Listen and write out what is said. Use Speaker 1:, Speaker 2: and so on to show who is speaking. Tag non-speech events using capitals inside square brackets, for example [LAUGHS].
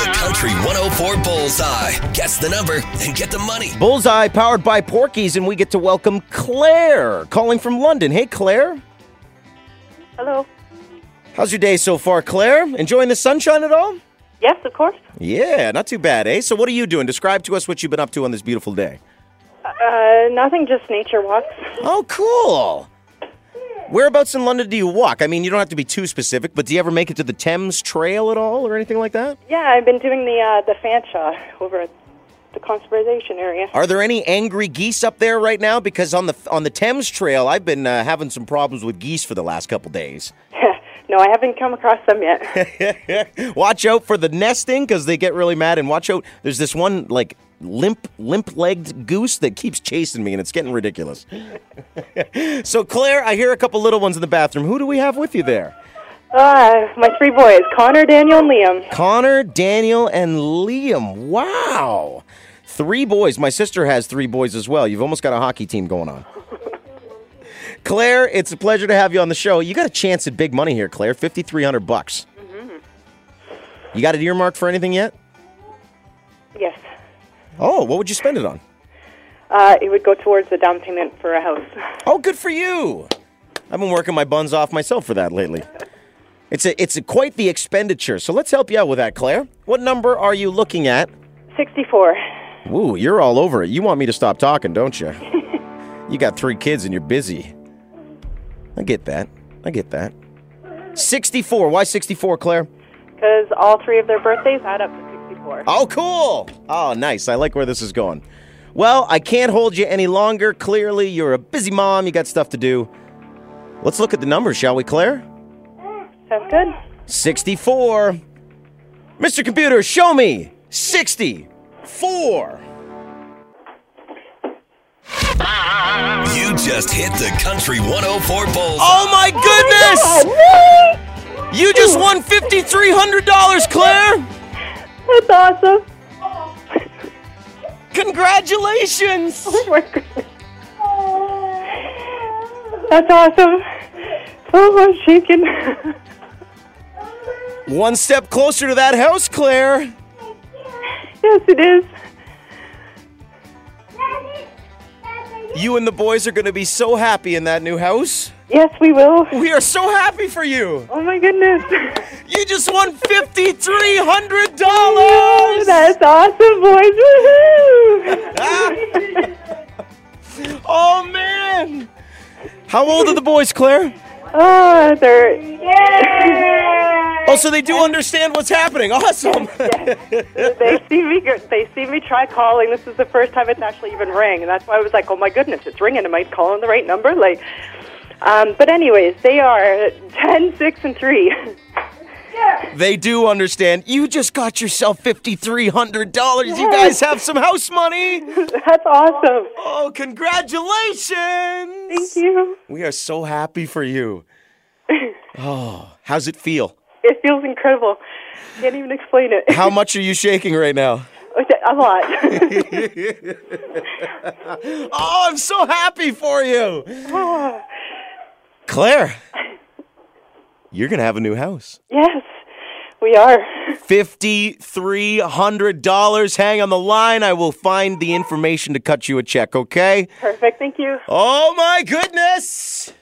Speaker 1: The Country 104 Bullseye. Guess the number and get the money.
Speaker 2: Bullseye powered by Porky's, and we get to welcome Claire calling from London. Hey, Claire.
Speaker 3: Hello.
Speaker 2: How's your day so far, Claire? Enjoying the sunshine at all?
Speaker 3: Yes, of course.
Speaker 2: Yeah, not too bad, eh? So, what are you doing? Describe to us what you've been up to on this beautiful day.
Speaker 3: Uh, nothing, just nature walks.
Speaker 2: Oh, cool. Whereabouts in London do you walk? I mean, you don't have to be too specific, but do you ever make it to the Thames Trail at all or anything like that?
Speaker 3: Yeah, I've been doing the uh, the Fanshawe over at the conservation area. [LAUGHS]
Speaker 2: Are there any angry geese up there right now? Because on the on the Thames Trail, I've been uh, having some problems with geese for the last couple days.
Speaker 3: no, I haven't come across them yet.
Speaker 2: watch out for the nesting because they get really mad, and watch out. There's this one like limp limp legged goose that keeps chasing me, and it's getting ridiculous. [LAUGHS] so Claire, I hear a couple little ones in the bathroom. Who do we have with you there?
Speaker 3: uh, my three boys, Connor, Daniel, and Liam.
Speaker 2: Connor, Daniel, and Liam. Wow. Three boys. My sister has three boys as well. You've almost got a hockey team going on. [LAUGHS] Claire, it's a pleasure to have you on the show. You got a chance at big money here, Claire. 5300 bucks. You got it earmarked for anything yet?
Speaker 3: Yes.
Speaker 2: Oh, what would you spend it on?
Speaker 3: Uh, it would go towards the down payment for a house.
Speaker 2: Oh, good for you. I've been working my buns off myself for that lately. It's a, it's a, quite the expenditure. So let's help you out with that, Claire. What number are you looking at?
Speaker 3: 64.
Speaker 2: Ooh, you're all over it. You want me to stop talking, don't you? you got three kids and you're busy. I get that. I get that. 64. Why 64, Claire?
Speaker 3: Because all three of their birthdays add up to 64.
Speaker 2: Oh, cool. Oh, nice. I like where this is going. Well, I can't hold you any longer. Clearly, you're a busy mom. You got stuff to do. Let's look at the numbers, shall we, Claire?
Speaker 3: Sounds good.
Speaker 2: 64. Mr. Computer, show me 64.
Speaker 1: You just hit the Country 104 Bullseye.
Speaker 2: Oh my goodness! You just won $5,300, Claire!
Speaker 3: That's awesome. [LAUGHS]
Speaker 2: Congratulations!
Speaker 3: Oh my goodness. That's awesome. [LAUGHS] Oh, I'm shaking. [LAUGHS]
Speaker 2: One step closer to that house, Claire.
Speaker 3: yes, it is.
Speaker 2: You and the boys are going to be so happy in that new house.
Speaker 3: Yes, we will.
Speaker 2: We are so happy for you.
Speaker 3: Oh my goodness. [LAUGHS]
Speaker 2: You just won $5,300!
Speaker 3: Oh, that's awesome, boys! Woohoo!
Speaker 2: Ah.
Speaker 3: [LAUGHS]
Speaker 2: Oh man! How old are the boys, Claire?
Speaker 3: Oh, they're
Speaker 2: Oh, so they do understand what's happening. Awesome. [LAUGHS]
Speaker 3: they see me. go- They see me try calling. This is the first time it's actually even rang, and that's why I was like, "Oh my goodness, it's ringing! Am I calling the right number?" Like, um, but anyways, they are ten, six, and three. [LAUGHS]
Speaker 2: they do understand. You just got yourself $5,300. You guys have some house money.
Speaker 3: that's awesome.
Speaker 2: Oh, congratulations.
Speaker 3: Thank you.
Speaker 2: We are so happy for
Speaker 3: [LAUGHS]
Speaker 2: you. Oh, how's it feel?
Speaker 3: It feels incredible. Can't even explain it.
Speaker 2: How much are you shaking right now?
Speaker 3: [LAUGHS] A lot.
Speaker 2: Oh, I'm so happy for you. [SIGHS] Claire, you're going to have a new house.
Speaker 3: yes, we are.
Speaker 2: $5,300. Hang on the line. I will find the information to cut you a check, okay?
Speaker 3: Perfect. Thank you.
Speaker 2: Oh my goodness.